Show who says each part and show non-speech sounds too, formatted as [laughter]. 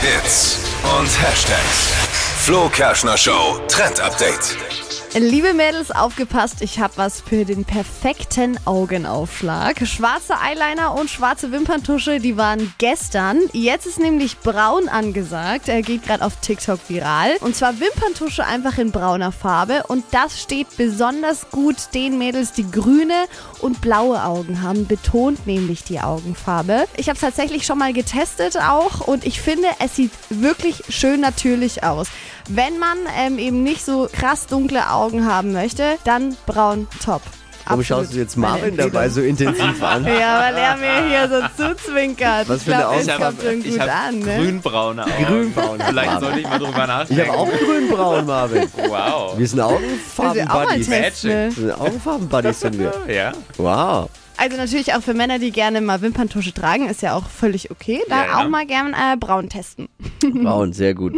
Speaker 1: Hits und Hashtags. Flo Kerschner Show Trend Update.
Speaker 2: Liebe Mädels, aufgepasst, ich habe was für den perfekten Augenaufschlag. Schwarze Eyeliner und schwarze Wimperntusche, die waren gestern. Jetzt ist nämlich braun angesagt. Er geht gerade auf TikTok viral. Und zwar Wimperntusche einfach in brauner Farbe. Und das steht besonders gut den Mädels, die grüne und blaue Augen haben. Betont nämlich die Augenfarbe. Ich habe es tatsächlich schon mal getestet auch. Und ich finde, es sieht wirklich schön natürlich aus. Wenn man ähm, eben nicht so krass dunkle Augen haben möchte, dann braun top.
Speaker 3: Warum
Speaker 2: Absolut
Speaker 3: schaust du jetzt
Speaker 2: meine
Speaker 3: Marvin dabei so intensiv an?
Speaker 2: [laughs] Ja, weil er mir hier so zuzwinkert.
Speaker 3: Was
Speaker 2: ich
Speaker 3: für eine
Speaker 2: glaube,
Speaker 3: Aus-
Speaker 2: es
Speaker 3: Ich
Speaker 2: kommt schon
Speaker 4: ich
Speaker 2: gut
Speaker 4: hab
Speaker 2: an. Ne?
Speaker 4: grünbraune Augen.
Speaker 3: Grünbraun.
Speaker 4: Vielleicht sollte ich mal drüber
Speaker 3: Ich habe
Speaker 4: nachdenken.
Speaker 3: auch grünbraun, Marvin.
Speaker 4: Wow.
Speaker 3: Wir sind
Speaker 2: Das ist ja auch mal
Speaker 3: Augenfarben-Buddies. Wir
Speaker 2: Test, ne?
Speaker 3: sind Augenfarben-Buddies sind wir.
Speaker 4: Ja.
Speaker 3: Wow.
Speaker 2: Also natürlich auch für Männer, die gerne mal Wimperntusche tragen, ist ja auch völlig okay. Da
Speaker 4: Ja, ja.
Speaker 2: auch mal gern äh, braun testen.
Speaker 3: Braun, sehr gut.